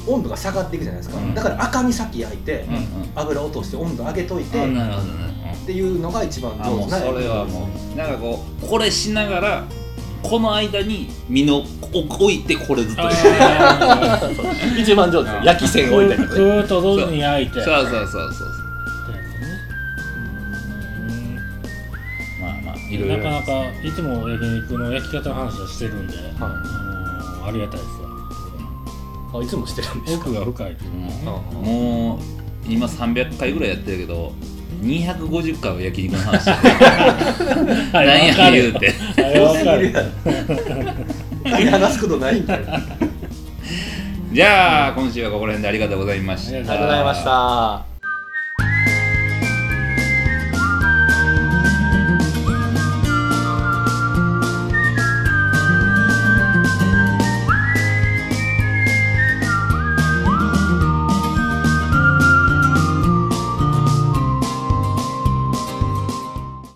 C: 温度が下がっていくじゃないです
A: う
C: か、
A: ん
C: だから赤身先焼いて、
A: うん
C: 油落として温度上げといて、
A: うん、あな
C: っ
A: るほどね、
C: ていうのが一番
A: うんあ
C: 上
A: も
C: 手
A: う
C: な
A: そ
C: やり方
A: れはもうなんかこうこれしながらこの間に身のこ置いてこれずっとして
B: あー
C: 一番上手
A: うん
C: 焼き線置いたりと
B: ふ
C: かね
B: ーっと同時に焼いて
A: そうそうそうそう
B: うん
A: まあまあいろいろ
B: なかなかいつも焼肉の焼き方の話をしてるんで、
C: はい
B: あのーありがたいですわ
C: あいつもしてるんです か
B: 奥が深いですね
A: うんもう今300回ぐらいやってるけど250回は焼肉の話
B: は
A: なん
B: いわ
A: や
B: か
A: 言
B: る
A: うて
B: はいわかる
C: 何話すことないんだよあり
A: じゃあ今週はここら辺でありがとうございました
B: あり
C: がとうございました